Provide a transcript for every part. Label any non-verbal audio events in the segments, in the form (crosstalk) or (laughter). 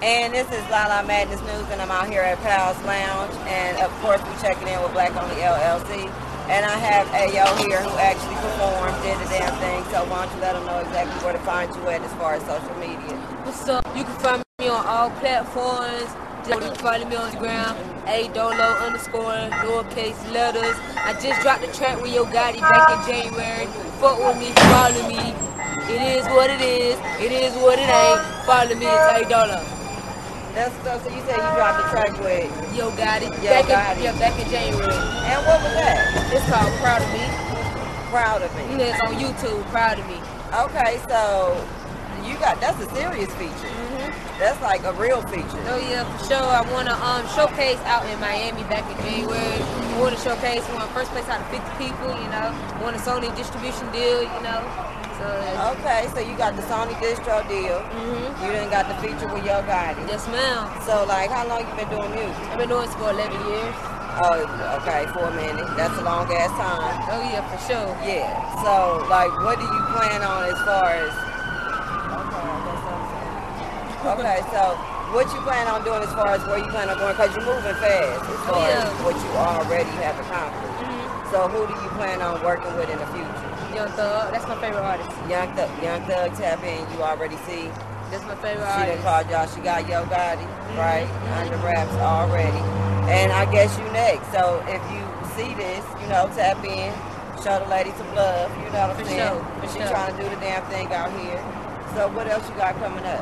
And this is La La Madness News, and I'm out here at Pals Lounge, and of course we checking in with Black Only LLC. And I have Ayo here who actually performed, did the damn thing. So why don't you let them know exactly where to find you at as far as social media? What's up? You can find me on all platforms. Just you can find me on Instagram, A Dolo underscore lowercase letters. I just dropped the track with Yo Gotti back in January. Fuck with me, follow me. It is what it is. It is what it ain't. Follow me, it's A Dolo. That's so. So you said you dropped the track with, Yo Gotti. Yo back Gotti. In, yeah, back in January. and what was that? It's called Proud of Me. Proud of me. You know, it's on YouTube, Proud of Me. Okay, so you got that's a serious feature. That's like a real feature. Oh yeah, for sure. I wanna um showcase out in Miami back in January. I wanna showcase we won first place out of 50 people, you know. Won a Sony distribution deal, you know. So uh, Okay, so you got the Sony distro deal. mm-hmm. You didn't got the feature with Yo Gotti. yes ma'am. So like, how long you been doing music? I've been doing this for 11 years. Oh, okay, for a minute. That's a long ass time. Oh yeah, for sure. Yeah. So like, what do you plan on as far as? Okay, so what you plan on doing as far as where you plan on going? Cause you're moving fast as far as Yeah. what you already have accomplished. Mm-hmm. So who do you plan on working with in the future? Young Thug, that's my favorite artist. Young Thug, Young Thug tap in. You already see. That's my favorite She done artist. called y'all. She got Yo Gotti, Mm-hmm. right? Under wraps already. And I guess you next. So if you see this, you know, tap in, show the lady some love. You know what I'm For saying? sure, for she sure. trying to do the damn thing out here. So what else you got coming up?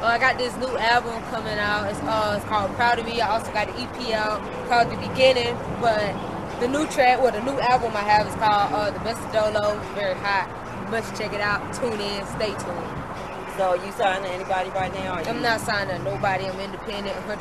Well, Oh, I got this new album coming out. It's uh, it's called Proud of Me. I also got the EP out called The Beginning. But the new track, well, the new album I have is called uh, The Best of Dolo. It's very hot. You must check it out. Tune in. Stay tuned. So you signed to anybody right now? Or you? I'm not signed to nobody. I'm independent, 100%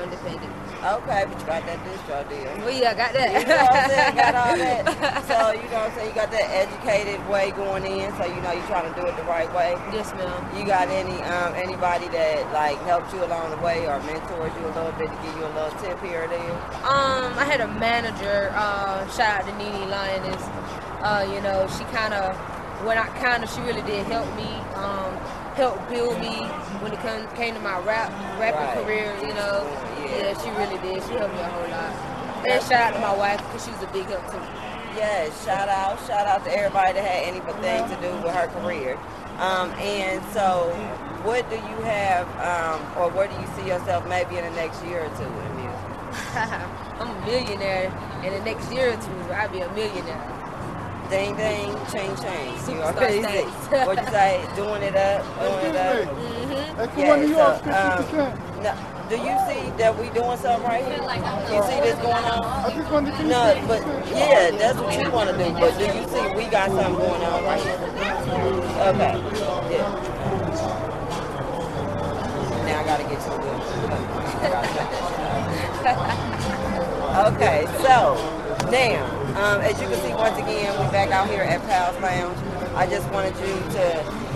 independent. Okay, but you got that distro (laughs) deal. Well, yeah, I got that. You know what I'm saying? Got all that. So you know what I'm saying? You got that educated way going in. So you know you're trying to do it the right way. (laughs) yes, ma'am. You got any um, anybody that like helped you along the way or mentored you a little bit to give you a little tip here or there? Um, I had a manager. Uh, shout out to Nene Lioness. Uh, you know, she kind of, when I kind of, she really did help me. Um, help build me when it come, came to my rap rapping Right. career. You know, Yeah. yeah. she really did. She helped me a whole lot. And shout out to my wife because she was a big help too. Yes, shout out, shout out to everybody that had anything to do with her career. Um, and so, what do you have, um, or where do you see yourself maybe in the next year or two in music? (laughs) I'm a millionaire, and the next year or two, I'll be a millionaire. Ding ding, ching ching. You Superstar already status. said- What you say? Doing it up, doing it up. Mm-hmm. That's Yeah, the one New York, so, um, 50%. No, do you see that we doing something right here? You see this going on? I just wanted to keep No, it. but yeah, that's what you want to do. But do you see we got something going on right here? Okay. Yeah. Now I gotta get you a good. I gotta cut that shit off. Okay, so now, um, as you can see, once again, we back out here at Pals Lounge. I just wanted you to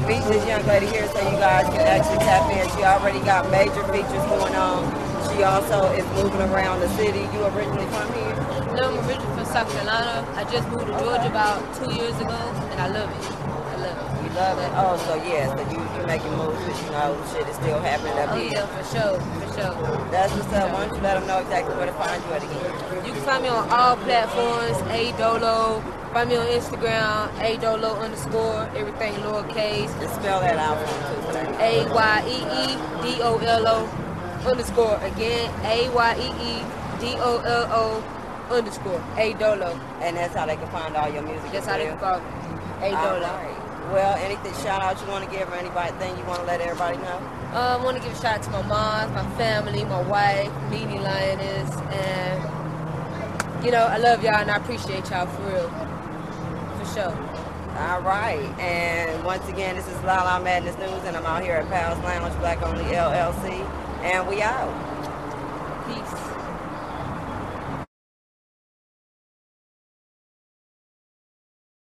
meet this young lady here so you guys can actually tap in. She already got major features going on. She also is moving around the city. You originally from here? No, I'm originally from South Carolina. I just moved to Georgia about two years ago, and I love it. I love it. You love it. Oh, so yeah, so you you making moves, but you know shit is still happening up Oh here. yeah, for sure, for sure. That's what's up. Why don't you let them know exactly where to find you at again? You can find me on all platforms, A Dolo. Find me on Instagram, A Dolo underscore everything lowercase, Just spell that out for me too. so they know. A Y E E D O L O underscore again, A Y E E D O L O underscore A Dolo. And that's how they can find all your music. as That's how they well. call me. A All Dolo. right. Well, anything shout out you want to give or anybody thing you want to let everybody know? Uh, I want to give a shout out to my mom, my family, my wife, Nene Lioness, and you know I love y'all and I appreciate y'all for real, for sure. All right, and once again, this is La La Madness News, and I'm out here at Pals Lounge Black Only LLC, and we out. Peace.